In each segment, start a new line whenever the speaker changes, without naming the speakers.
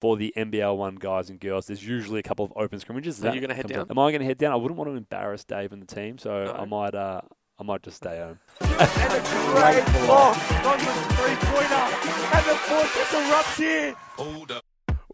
for the NBL one guys and girls. There's usually a couple of open scrimmages. Is
Are
that-
you going to head down?
Am I going to head down? I wouldn't want to embarrass Dave and the team, so
No.
I might. Uh, I might just stay home.
And a great block on the three-pointer. And the fortress erupts here.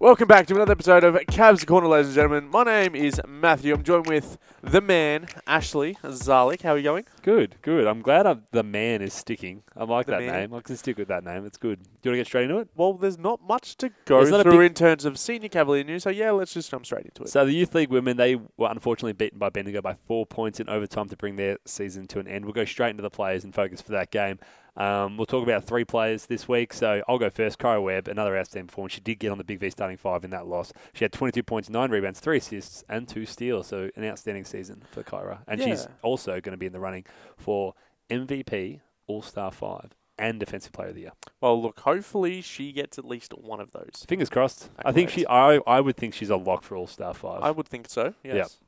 Welcome back to another episode of Cavs Corner, ladies and gentlemen. My name is Matthew. I'm joined with the man, Ashley Zalik. How are you going?
Good, good. I'm glad I'm, the man is sticking. I like
The
that
man.
name. I can stick with that name. It's good. Do you want to get straight into it?
Well, there's not much to go
There's not a
through
big-
in terms of senior Cavalier news, so yeah, let's just jump straight into it.
So the youth league women, they were unfortunately beaten by Bendigo by four points in overtime to bring their season to an end. We'll go straight into the players and focus for that game. Um, we'll talk about three players this week. So I'll go first. Kyra Webb, another outstanding performance. She did get on the Big V starting five in that loss. She had 22 points, nine rebounds, three assists, and two steals. So an outstanding season for Kyra, and she's
Yeah.
also going to be in the running for MVP, All Star five, and Defensive Player of the Year.
well, look, hopefully she gets at least one of those.
Fingers crossed. I think she. I, I would think she's a lock for All Star five.
I would think so, yes.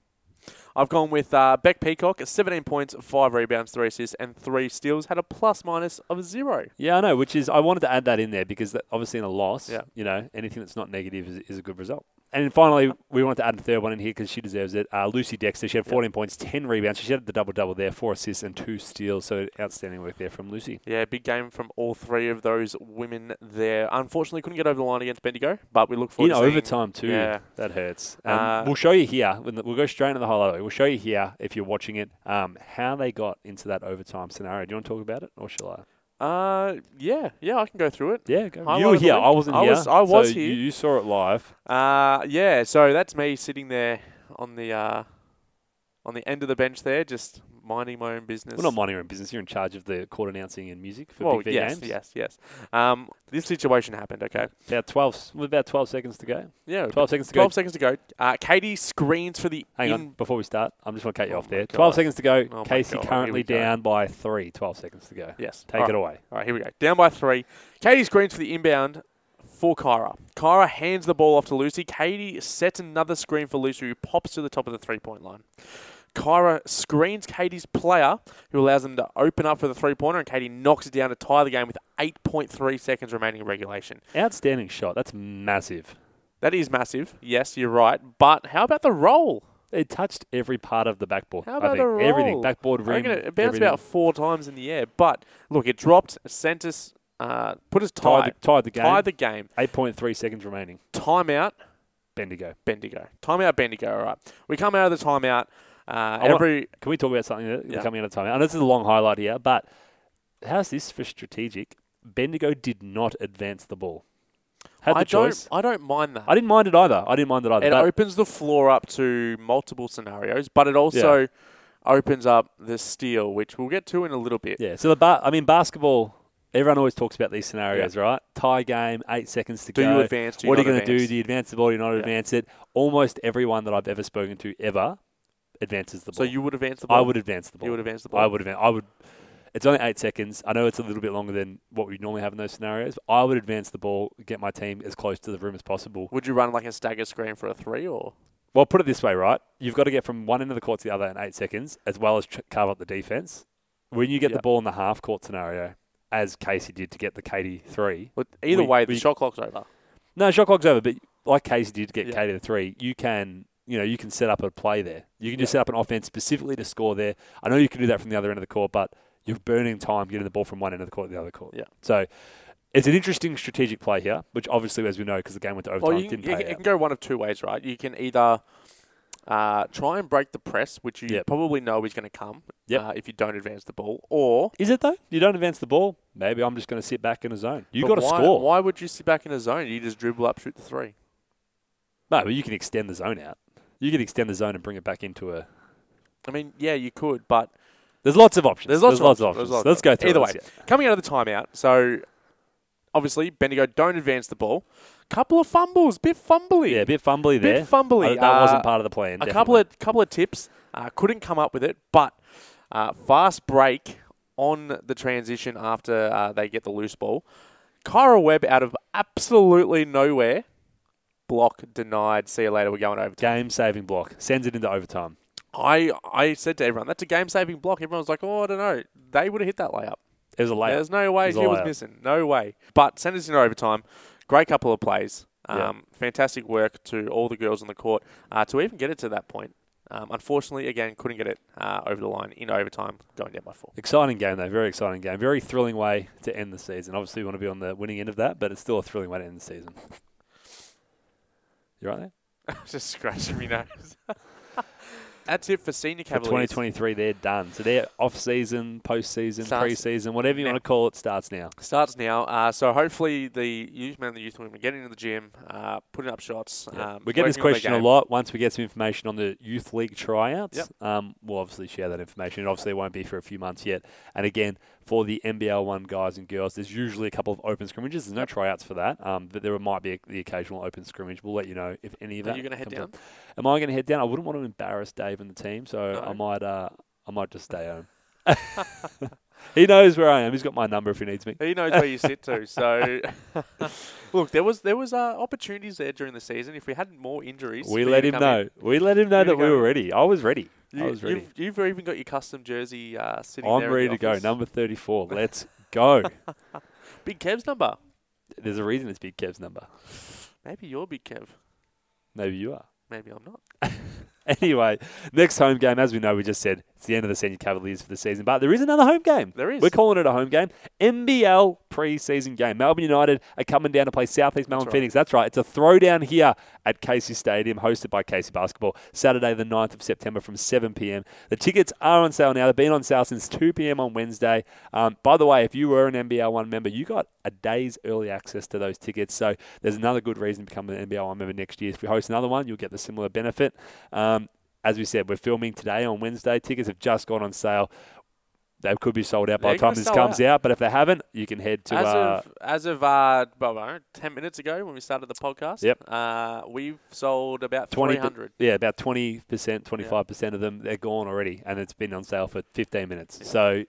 I've gone with uh, Beck Peacock, 17 points, 5 rebounds, 3 assists, and 3 steals. Had a plus minus of 0.
Yeah, I know. Which is, I wanted to add that in there because that, obviously in a loss,
Yeah.
you know, anything that's not negative is, is a good result. And then finally, we wanted to add a third one in here because she deserves it. Uh, Lucy Dexter, she had 14 points, 10 rebounds. She had the double double there, four assists and two steals. So outstanding work there from Lucy.
Yeah, big game from all three of those women there. Unfortunately, couldn't get over the line against Bendigo, but we look forward
in
to seeing-
overtime too.
Yeah.
That hurts. Um,
Uh,
we'll show you here. When the, we'll go straight into the highlight. We'll show you here if you're watching it um, how they got into that overtime scenario. Do you want to talk about it, or shall I?
Uh, yeah, yeah, I can go through it.
Yeah, go.
Highlight
You
of
were
the
here.
week.
I wasn't
I
here.
was- I was
so
here.
You, you saw it live.
Uh, yeah, so that's me sitting there on the uh, on the end of the bench there, just minding my own business.
Well, not minding your own business. You're in charge of the court announcing and music for
Well,
Big V
yes,
games.
yes, yes. Um, this situation happened. Okay,
About twelve. With about twelve seconds to go.
yeah,
Twelve seconds to go.
Oh, twelve seconds to go. Uh, Katie screens for the
Hang
in.
on. Before we start, I'm just going to cut you
Oh
off
my
there. Twelve
God.
seconds to go.
Oh my
Casey
God, here we
currently
go.
down by three. Twelve seconds to go.
Yes,
Take
All
it
right.
away.
All right, here we go. Down by three. Katie screens for the inbound for Kyra. Kyra hands the ball off to Lucy. Katie sets another screen for Lucy, who pops to the top of the three point line. Kyra screens Katie's player, who allows them to open up for the three pointer, and Katie knocks it down to tie the game with 8.3 seconds remaining in regulation.
Outstanding shot. That's massive.
That is massive. Yes, you're right. But how about the roll?
It touched every part of the backboard.
How about
I think.
the roll?
Everything. Backboard
I
rim.
reckon it bounced
everything.
about four times in the air. But look, it dropped, sent us, uh, put us
tied. The, tied
tied,
the game.
tied the game.
Eight point three seconds remaining.
Timeout.
Bendigo.
Bendigo. Timeout, Bendigo. All right. We come out of the timeout. Uh,
I want-
every
Can we talk about something that
Yeah.
coming out of time? I know this is a long highlight here, but how's this for strategic? Bendigo did not advance the ball. Had the
I
choice.
don't I don't mind that.
I didn't mind it either. I didn't mind it either.
it
but
opens the floor up to multiple scenarios, but it also opens up the steal, which we'll get to in a little bit.
yeah. So the ba- I mean basketball. Everyone always talks about these scenarios, right? Tie game, eight seconds to
Do
go.
you advance? Do you
what are you
not
going to do?
advance?
Do you advance the ball? Do you not advance it? Almost everyone that I've ever spoken to ever advances the
So
ball.
you would advance the ball.
I would advance the ball.
You would advance the
I
ball.
would advance. I would. It's only eight seconds. I know it's a little bit longer than what we normally have in those scenarios. But I would advance the ball, get my team as close to the rim as possible.
Would you run like a stagger screen for a three or?
Well, put it this way, right? You've got to get from one end of the court to the other in eight seconds, as well as tr- carve up the defense. When you get
Yeah.
the ball in the half court scenario, as Casey did to get the Katie three.
But either
We-
way, the
we-
shot clock's over.
No, shot clock's over, but like Casey did to get
Yeah.
Katie the three, you can. You know, you can set up a play there. You can just set up an offense specifically to score there. I know you can do that from the other end of the court, but you're burning time getting the ball from one end of the court to the other court.
Yeah.
So it's an interesting strategic play here, which obviously, as we know, because the game went to overtime,
Well, you can,
didn't
it,
pay
can- it
out.
can go one of two ways, right? You can either uh, try and break the press, which you
Yep.
probably know is going to come
Yep.
uh, if you don't advance the ball, or
Is it though? You don't advance the ball. Maybe I'm just going to sit back in a zone. You
But
got to
why-
score.
Why would you sit back in a zone? You just dribble up, shoot the three.
No, but you can extend the zone out. You can extend the zone and bring it back into a.
I mean, yeah, you could, but
There's lots of options.
there's
of
lots, There's
options.
lots of
Let's go
options.
through.
Either
it.
way,
Let's get-
coming out of the timeout, so obviously Bendigo don't advance the ball. Couple of fumbles, bit fumbly.
Yeah, a bit fumbly there.
fumbly.
I- that
Uh,
wasn't part of the plan.
a couple
definitely.
of couple of tips. Uh, couldn't come up with it, but uh, fast break on the transition after uh, they get the loose ball. Kyra Webb out of absolutely nowhere. Block denied. See you later. We're going over.
game saving block sends it into overtime.
I I said to everyone, that's a game saving block. Everyone was like, oh, I don't know. They would have hit that layup.
It was a layup.
There's no way
It was a
she was
layup.
missing. No way. But sent us into overtime. Great couple of plays.
Yeah.
Um, Fantastic work to all the girls on the court uh, to even get it to that point. Um, unfortunately, again, couldn't get it uh, over the line in overtime, going down by four.
Exciting game, though. Very exciting game. Very thrilling way to end the season. Obviously, you want to be on the winning end of that, but it's still a thrilling way to end the season. You right there?
Just scratching my nose. That's it for senior
For
Cavaliers.
2023, they're done. So they're off season, post season,
Starts
pre season, whatever you
now.
want to call it, starts now.
Starts now. Uh, so hopefully the youth men and the youth women get into the gym, uh, putting up shots. Um,
we get this
working on their
question a
game.
lot. Once we get some information on the youth league tryouts,
Yep.
um, we'll obviously share that information. It obviously won't be for a few months yet. And again, for the NBL one guys and girls, there's usually a couple of open scrimmages. There's no tryouts for that, um, but there might be the occasional open scrimmage. We'll let you know if any of
Are
that.
you gonna head
comes up. Am I going to head down? I wouldn't want to embarrass Dave and the team, so
No.
I might. Uh, I might just stay home. he knows where I am. He's got my number if he needs me.
He knows where you sit to. So, look, there was there was uh, opportunities there during the season. If we had more injuries,
We
for you
let
to
him
come in.
know. We let him know
Here
that
we
we
go.
were ready. I was ready.
You,
I was ready.
You've, you've even got your custom jersey uh, sitting
I'm
there.
ready
in the
to go.
office.
Number 34. Let's go.
Big Kev's number.
There's a reason it's Big Kev's number.
Maybe you're Big Kev.
Maybe you are.
Maybe I'm not.
Anyway, next home game, as we know, we just said it's the end of the senior Cavaliers for the season, but there is another home game.
There is.
We're calling it a home game. NBL preseason game. Melbourne United are coming down to play Southeast Melbourne
right.
Phoenix. That's right. It's a throwdown here at Casey Stadium, hosted by Casey Basketball, Saturday, the 9th of September from 7 p.m. The tickets are on sale now. They've been on sale since 2 p.m. on Wednesday. Um, by the way, if you were an NBL One member, you got a day's early access to those tickets. So there's another good reason to become an NBL One member next year. If we host another one, you'll get the similar benefit. Um, as we said, we're filming today on Wednesday. Tickets have just gone on sale. They could be sold out by
They
the time
could
this
sell
comes
out.
out, but if they haven't, you can head to.
as
Uh,
of as of uh, well, well, ten minutes ago when we started the podcast,
Yep.
uh, we've sold about
20
three hundred.
yeah, about 20%, 25% of them, they're gone already, and it's been on sale for 15 minutes. So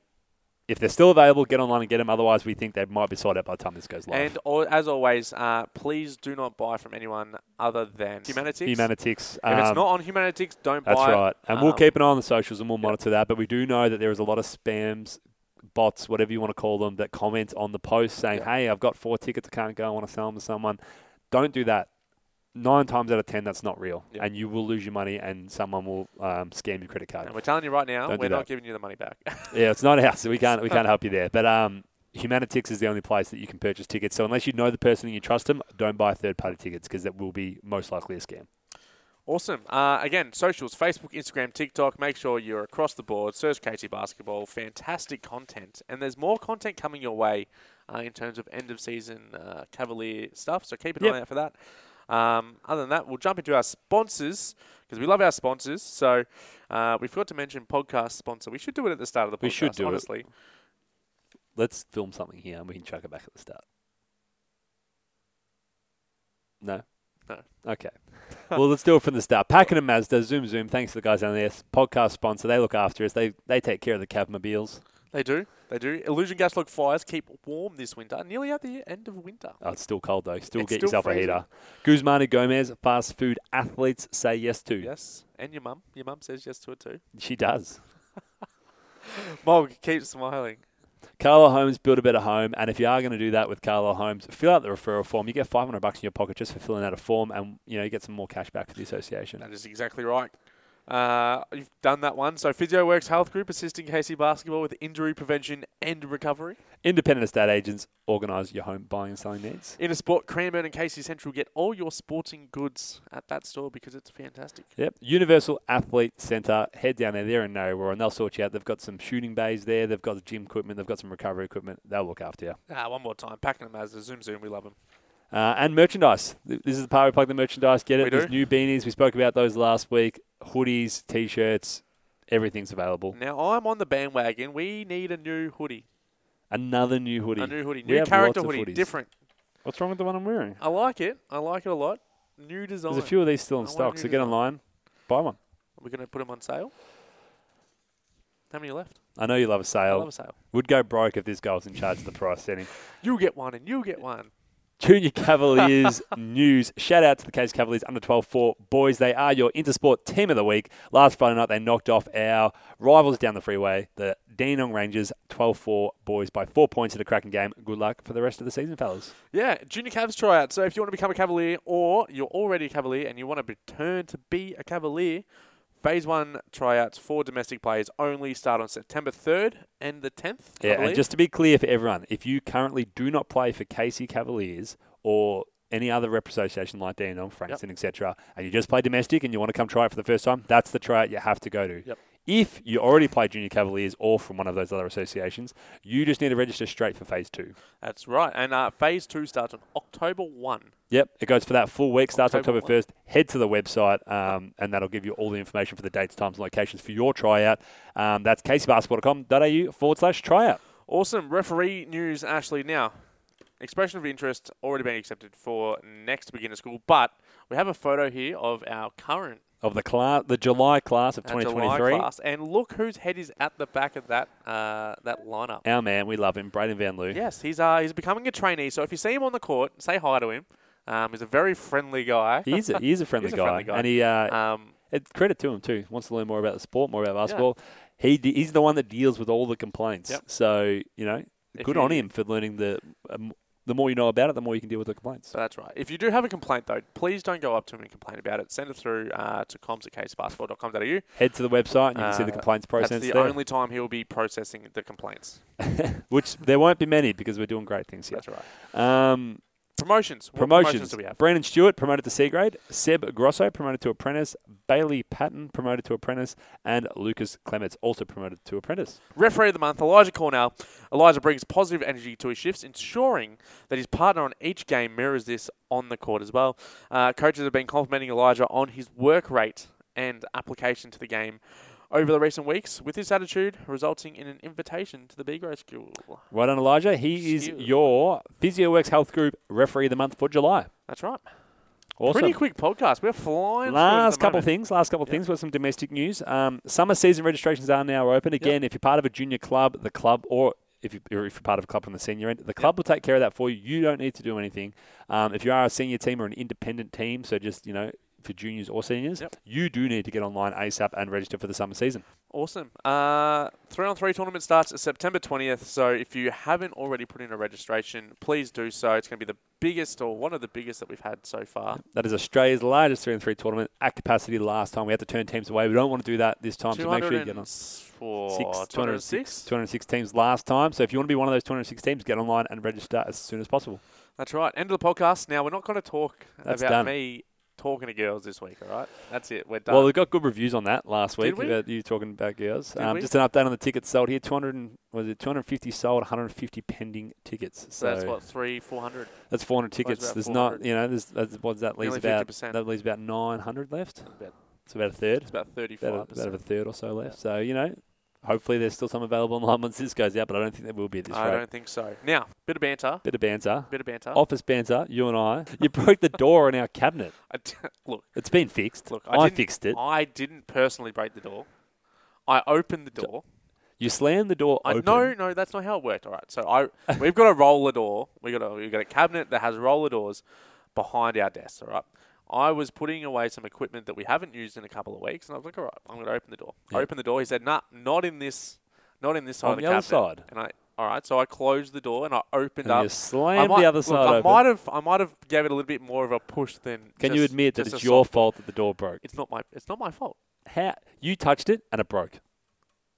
if they're still available, get online and get them. Otherwise, we think they might be sold out by the time this goes live.
And al- as always, uh, please do not buy from anyone other than Humanitics.
Humanitics.
If it's
um,
not on Humanitics, don't
That's
buy. it.
right. And we'll
Um,
keep an eye on the socials and we'll monitor that. But we do know that there is a lot of spams, bots, whatever you want to call them, that comment on the post saying,
Yeah.
hey, I've got four tickets. I can't go. I want to sell them to someone. Don't do that. Nine times out of ten, that's not real.
Yeah.
And you will lose your money and someone will um, scam your credit card.
And we're telling you right now,
Don't do
we're
that.
not giving you the money back.
Yeah, it's not ours. So we can't we can't help you there. But um, Humanitix is the only place that you can purchase tickets. So unless you know the person and you trust them, don't buy third party tickets because that will be most likely a scam.
awesome. Uh, again, socials: Facebook, Instagram, TikTok. Make sure you're across the board. Search KT Basketball. Fantastic content, and there's more content coming your way uh, in terms of end of season uh, Cavalier stuff. So keep an
Yep.
eye out for that. Um, other than that, we'll jump into our sponsors because we love our sponsors. So uh, we forgot to mention podcast sponsor. We should do it at the start of the podcast.
We should do it.
honestly.
Let's film something here and we can chuck it back at the start. No?
No.
Okay. well, let's do it from the start. Packing and Mazda, Zoom Zoom, thanks to the guys down there. Podcast sponsor, they look after us. They they take care of the cabmobiles.
They do. They do. Illusion gas log fires keep warm this winter. Nearly at the end of winter.
Oh, it's still cold though. Still
It's
get
still
yourself
freezing.
a heater. Guzman and Gomez, fast food athletes say yes to.
Yes, and your mum. Your mum says yes to it too.
She does.
Mog, keep smiling.
Carlo Holmes, build a better home. And if you are going to do that with Carlo Holmes, fill out the referral form. You get 500 bucks in your pocket just for filling out a form, and you know you get some more cash back for the association.
That is exactly right. Uh, you've done that one. So PhysioWorks Health Group assisting Casey Basketball with injury prevention and recovery.
Independent estate agents organise your home buying and selling needs.
Inner Sport, Cranbourne and Casey Central get all your sporting goods at that store because it's fantastic.
Yep. Universal Athlete Centre. Head down there. They're in Narrowera, and they'll sort you out. They've got some shooting bays there. They've got the gym equipment. They've got some recovery equipment. They'll look after you.
Ah, one more time. Packing them as a zoom zoom. We love them.
Uh, and merchandise. Th- This is the part we plug the merchandise. Get it.
We do.
There's new beanies. We spoke about those last week. Hoodies, t-shirts. Everything's available.
Now I'm on the bandwagon. We need a new hoodie.
Another new hoodie.
A new hoodie.
We
New
have
character
lots of
hoodie.
hoodies.
Different.
What's wrong with the one I'm wearing?
I like it. I like it a lot. New design.
There's a few of these still in
I want
stock,
new
so get
design.
online, buy one.
We're going to put them on sale. How many are left?
I know you love a
I
sale.
love a sale.
Would go broke if this guy was in charge of the price setting.
You get one and you get one.
Junior Cavaliers news. Shout out to the Case Cavaliers under 12 4 boys. They are your Intersport team of the week. Last Friday night, they knocked off our rivals down the freeway, the Danong Rangers, 12 4 boys by four points in a cracking game. Good luck for the rest of the season, fellas.
Yeah, junior Cavs tryout. So if you want to become a Cavalier or you're already a Cavalier and you want to return to be a Cavalier, phase one tryouts for domestic players only start on September 3rd and the 10th. I
Yeah, and
believe.
just to be clear for everyone, if you currently do not play for Casey Cavaliers or any other rep association like Dandenong, Frankston, etc., and you just play domestic and you want to come try it for the first time, that's the tryout you have to go to.
Yep.
If you already play junior Cavaliers or from one of those other associations, you just need to register straight for phase two.
That's right. And uh, phase two starts on October 1.
Yep, it goes for that full week. Starts
October
October first. Head to the website, um, and that'll give you all the information for the dates, times, and locations for your tryout. Um, that's caseybasketball.com.au forward slash tryout.
Awesome. Referee news, Ashley. Now, expression of interest already been accepted for next beginner school, but we have a photo here of our current
of the class, the July class of
uh, July
2023.
class. And look whose head is at the back of that, uh, that lineup.
Our man, we love him, Braden Van Loo.
Yes, he's uh, he's becoming a trainee. So if you see him on the court, say hi to him. Um, he's a very friendly guy.
He is a, he is a friendly,
He's a
guy.
friendly guy.
and he uh,
Um,
it, credit to him too. Wants to learn more about the sport, more about basketball. He de- he's the one that deals with all the complaints.
Yep.
So you know,
If
good
you-
on him for learning the. Um, the more you know about it, the more you can deal with the complaints.
so that's right. If you do have a complaint, though, please don't go up to him and complain about it. Send it through uh, to comms at casebasketball.com.au. You
Head to the website and you can see the complaints process
uh, That's the
there,
only time he'll be processing the complaints.
which there won't be many because we're doing great things here.
That's right.
Um,
Promotions. What
Promotions.
promotions do we have?
Brandon Stewart promoted to C grade. Seb Grosso promoted to apprentice. Bailey Patton promoted to apprentice. And Lucas Clements also promoted to apprentice.
Referee of the month, Elijah Cornell. Elijah brings positive energy to his shifts, ensuring that his partner on each game mirrors this on the court as well. Uh, coaches have been complimenting Elijah on his work rate and application to the game over the recent weeks, with this attitude resulting in an invitation to the B grade school.
Well done, Elijah. He is
Stewart.
your PhysioWorks Health Group referee of the month for July.
That's right.
Awesome.
Pretty quick podcast. We're flying. through at
Last
the
couple
moment.
things. Last couple
Yeah.
things. Got some domestic news. Um, summer season registrations are now open. Again, if you're part of a junior club, the club, or if, you, or if you're part of a club on the senior end, the club will take care of that for you. You don't need to do anything. Um, if you are a senior team or an independent team, so just you know for juniors or seniors,
Yep.
you do need to get online ASAP and register for the summer season.
Awesome. Uh, three on three tournament starts September 20th. So if you haven't already put in a registration, please do so. It's going to be the biggest or one of the biggest that we've had so far.
That is Australia's largest three and three tournament at capacity. Last time we had to turn teams away. We don't want to do that this time. Um, So make sure you get on.
206.
Oh, Six, 206, 206 teams last time. So if you want to be one of those 206 teams, get online and register as soon as possible.
That's right. End of the podcast. Now, we're not going to talk
That's
about
done.
me talking to girls this week, all right? That's it. We're done.
Well, we got good reviews on that last week
we?
about you talking about girls. Um,
we?
just an update on the tickets sold here. 200 and, was it 250 sold, 150 pending tickets. So,
so that's what, three, 400?
that's 400 tickets.
about
There's
400.
not, you know, there's, that's, what does that leaves
Nearly
about
50%.
that leaves about 900 left.
About-
It's about a third,
It's about 35.
about, about a third or so left. So you know, hopefully there's still some available online once this goes out, but I don't think there will be at this
I
rate.
don't think so. Now, bit of banter.
Bit of banter,
Bit of banter.
office banter. You and I, you broke the door on our cabinet.
I d- look,
It's been fixed.
Look, I
I,
didn't-
fixed it.
I didn't personally break the door. I opened the door.
You slammed the door
I,
open.
no, no, that's not how it worked. All right, so I we've got a roller door. We got a we got a cabinet that has roller doors behind our desk. All right, I was putting away some equipment that we haven't used in a couple of weeks, and I was like, all right, I'm going to open the door. I
Yeah.
opened the door. He said, nah, not in this, not in this side
On
of the,
the other
cabinet.
side.
And I all right, so I closed the door and I opened
And
up.
you
I
slammed
might-
the other
look,
side
I
open.
might have I might have gave it a little bit more of a push than.
Can you
just-
admit that
just
it's
a
your
soft-
fault that the door broke?
It's not my it's not my fault.
How you touched it and it broke.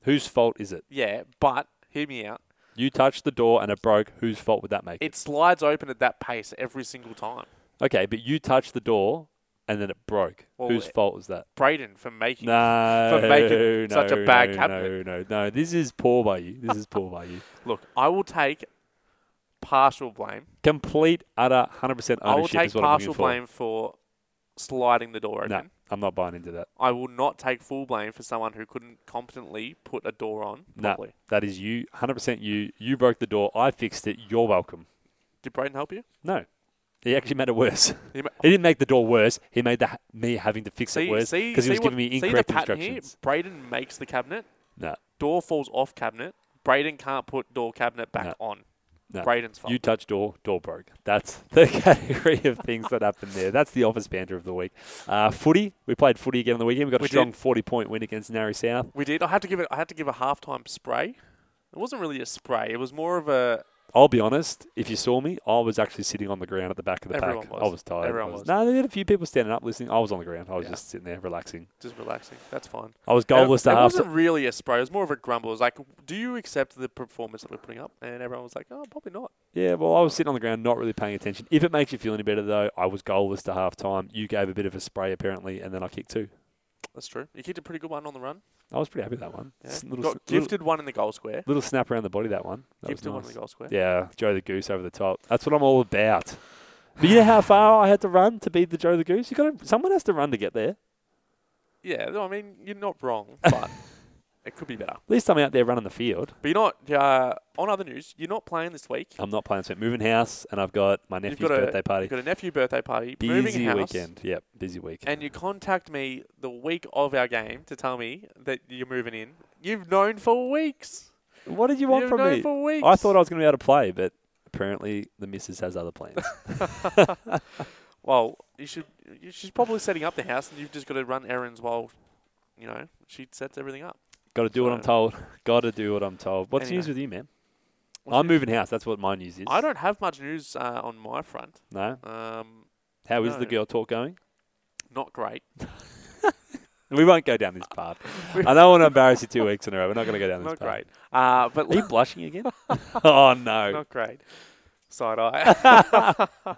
Whose fault is it?
Yeah, but hear me out.
You touched the door and it broke. Whose fault would that make?
It slides open at that pace every single time.
okay, but you touched the door and then it broke.
Well,
Whose
it-
fault was that?
Braden for making
No,
for
no,
making such a bad
no,
cabinet.
No, no, no. This is poor by you. This is poor by you.
Look, I will take partial blame.
Complete, utter, hundred percent
I will
ownership
take
is what I'm
partial
looking for.
blame for sliding the door open.
No, I'm not buying into that.
I will not take full blame for someone who couldn't competently put a door on
No,
properly.
that is you, hundred percent you. You broke the door. I fixed it. You're welcome.
Did Braden help you?
No, he actually made it worse.
He ma-
He didn't make the door worse. He made the, me having to fix it
See,
worse
see,
because
see
he was
what-
giving me
see the
incorrect
pattern here?
instructions.
Braden makes the cabinet.
No,
Door falls off cabinet. Braden can't put door cabinet back on.
No.
Braden's fault.
You touched door, door broke. That's the category of things that happened there. That's the office banter of the week. Uh, footy, we played footy again on the weekend. We got a
We
strong
did.
forty-point win against Narry South.
we did. I had to give it. I had to give a halftime spray. It wasn't really a spray. It was more of a.
I'll be honest. If you saw me, I was actually sitting on the ground at the back of the
Everyone
pack.
was.
I was tired.
Everyone
I
was.
No, they had a few people standing up listening. I was on the ground. I was
Yeah.
just sitting there relaxing.
Just relaxing. That's fine.
I was goalless
it,
to
it
half.
wasn't really a spray. It was more of a grumble. It was like, do you accept the performance that we're putting up? And everyone was like, oh, probably not.
Yeah, well, I was sitting on the ground, not really paying attention. If it makes you feel any better, though, I was goalless to half time. You gave a bit of a spray apparently, and then I kicked two.
That's true. You kicked a pretty good one on the run.
I was pretty happy with that one.
Yeah.
S- Little,
Got
s- little,
gifted one in the goal square.
little snap around the body that one. That
Gifted one
was nice.
in the eh? goal square.
Yeah, Joe the Goose over the top. That's what I'm all about. But you know how far I had to run to beat the Joe the Goose? You got to, someone has to run to get there.
Yeah, no, I mean, you're not wrong, but it could be better.
At least I'm out there running the field.
But you're not, uh, on other news, you're not playing this week.
I'm not playing, so moving house, and I've got my
You've
nephew's
got a-
birthday party.
You've got a nephew birthday party, moving
busy
house,
weekend. Yep, busy week.
and you contact me the week of our game to tell me that you're moving in. You've known for weeks.
what did you want
You've
from
known
me?
for weeks.
I thought I was going to be able to play, but apparently the missus has other plans.
Well, you should. you- She's probably setting up the house, and you've just got to run errands while, you know, she sets everything up.
got to do what I'm
So-
told. Got to do what I'm told. What's
Anyway.
news with you, man?
What's
I'm
your-
moving house. That's what my news is.
I don't have much news uh, on my front.
No.
Um,
How is the
No.
girl talk going?
not great.
We won't go down this path. I don't want to embarrass you two weeks in a row. We're not going to go down this
Not
path.
great. Uh, but
Are you blushing again? oh no.
not great. Side eye.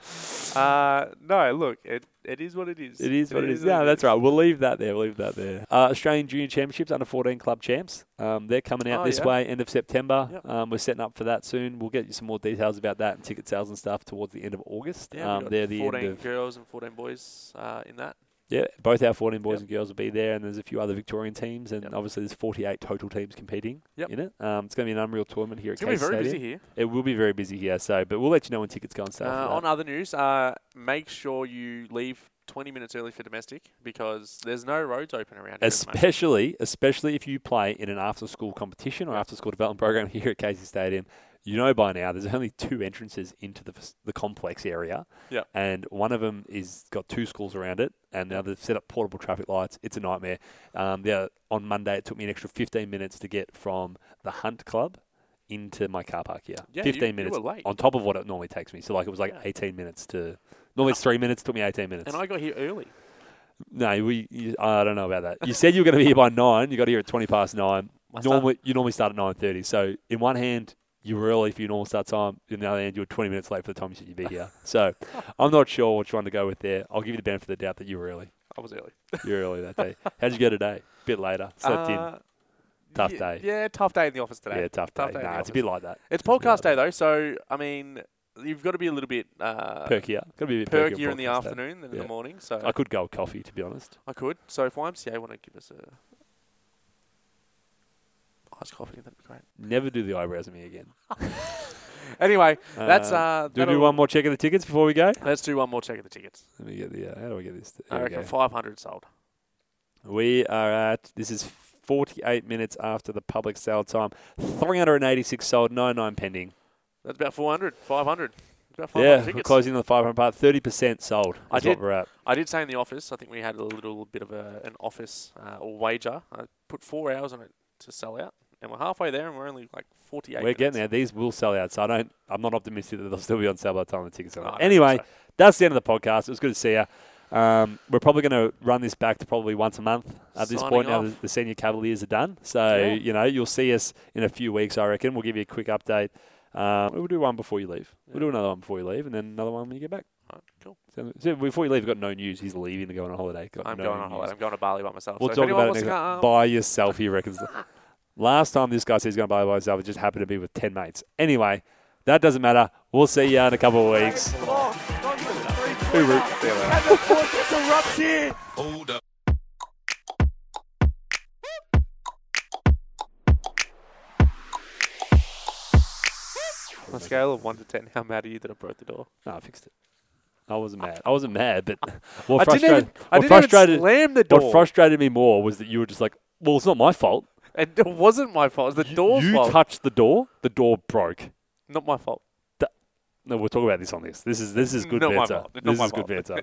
uh, no, look, it it is what it is.
It is what it is. No, that's right. We'll leave that there. We'll leave that there. Uh, Australian Junior Championships under 14 club champs. Um, they're coming out
Oh,
this
yeah.
way end of September.
Yep.
Um, we're setting up for that soon. We'll get you some more details about that and ticket sales and stuff towards the end of August.
Yeah,
um,
we've got
they're the end
14
of
girls and 14 boys uh, in that.
Yeah, both our 14 boys
Yep.
and girls will be there, and there's a few other Victorian teams, and
Yep.
obviously there's 48 total teams competing
Yep.
in it. Um, it's going to be an unreal tournament here
It's
at
going
Case
to be very
Stadium.
busy here.
It will be very busy here, so but we'll let you know when tickets go on sale.
Uh,
for
on
that.
other news, uh, make sure you leave 20 minutes early for domestic because there's no roads open around here. at the moment.
especially, especially if you play in an after-school competition or after-school development program here at Casey Stadium. You know by now, there's only two entrances into the f- the complex area,
Yep.
and one of them is got two schools around it, and now they've set up portable traffic lights. It's a nightmare. Um, the on Monday, it took me an extra 15 minutes to get from the Hunt Club into my car park here.
Yeah, you-
15
you
minutes
were late.
on top of what it normally takes me. So like it was like
Yeah.
18 minutes to. Normally it's three minutes. Took me 18 minutes.
And I got here early.
No, we. You, I don't know about that. You said you were going to be here by nine. You got here at twenty past nine.
My start-
normally, you normally start at nine thirty. So, in one hand, you were early for your normal start time. In the other hand, you were twenty minutes late for the time you said you'd be here. So, I'm not sure which one to go with there. I'll give you the benefit of the doubt that you were early.
I was early.
You were early that day. How'd you go today? Bit later. Slept
Uh,
Tough
ye-
day.
Yeah, tough day in the office
in.
today.
Yeah, tough day.
tough day in the
nah, it's a bit like that.
It's
bit like
podcast day, though, so, I mean, you've got to be a little bit uh,
Perkier. Got to be a bit perkier
perkier in the
broadcast day.
afternoon than in
Yeah.
the morning, so
I could go with coffee, to be honest.
I could. So if YMCA want to give us a iced coffee, that'd be great.
Never do the eyebrows at me again.
Anyway, that's.
Um,
Uh,
Do we do
that'll-
one more check of the tickets before we go?
Let's do one more check of the tickets.
Let me get the. Uh, how do I get this?
I
Here we
reckon
go.
500 sold.
We are at this is 48 minutes after the public sale time. 386 sold, 99 pending.
That's about 400, 500. It's About 500
Yeah, we're
tickets.
closing on the 500 part. 30% sold. Is
I
what
did-
we're at.
I did say in the office, I think we had a little bit of a, an office uh, or wager. I put four hours on it to sell out, and we're halfway there, and we're only like 48
We're getting there.
minutes.
These will sell out, so I don't. I'm not optimistic that they'll still be on sale by the time the tickets are
No, I
out.
don't
Anyway,
think
that's the end of the podcast. It was good to see you. Um, we're probably going to run this back to probably once a month at this
Signing
point. Now
off.
the, the senior Cavaliers are done, so
Yeah.
you know you'll see us in a few weeks. I reckon we'll give you a quick update. Um, we'll do one before you leave. We'll
Yeah.
do another one before you leave, and then another one when you get back.
Alright, cool.
So, so before you leave, we've got no news. He's leaving to go on a holiday. Got
I'm
no
going on
news.
holiday. I'm going to Bali by myself.
We'll
so if
talk
anyone
about it
wants
next
to
time.
come-
By yourself, he reckons. Last time this guy said he's going to buy by himself, it just happened to be with 10 mates. Anyway, that doesn't matter. We'll see you in a couple of weeks.
Who roots? And the fortress erupts here.
Hold up.
um, On a scale of 1 to 10, how mad are you that I broke the door?
No, I fixed it. I wasn't mad. I wasn't mad, but what
I didn't
frustrated,
even, I
what
didn't even
frustrated,
slam the
what
door.
frustrated me more was that you were just like, well, it's not my fault.
and it wasn't my fault. It was the door's
you
fault.
touched the door, the door broke.
Not my fault. No, we'll talk about this on this. This is this is good
Not my
banter.
fault. Not
This
my
is good
fault.
banter.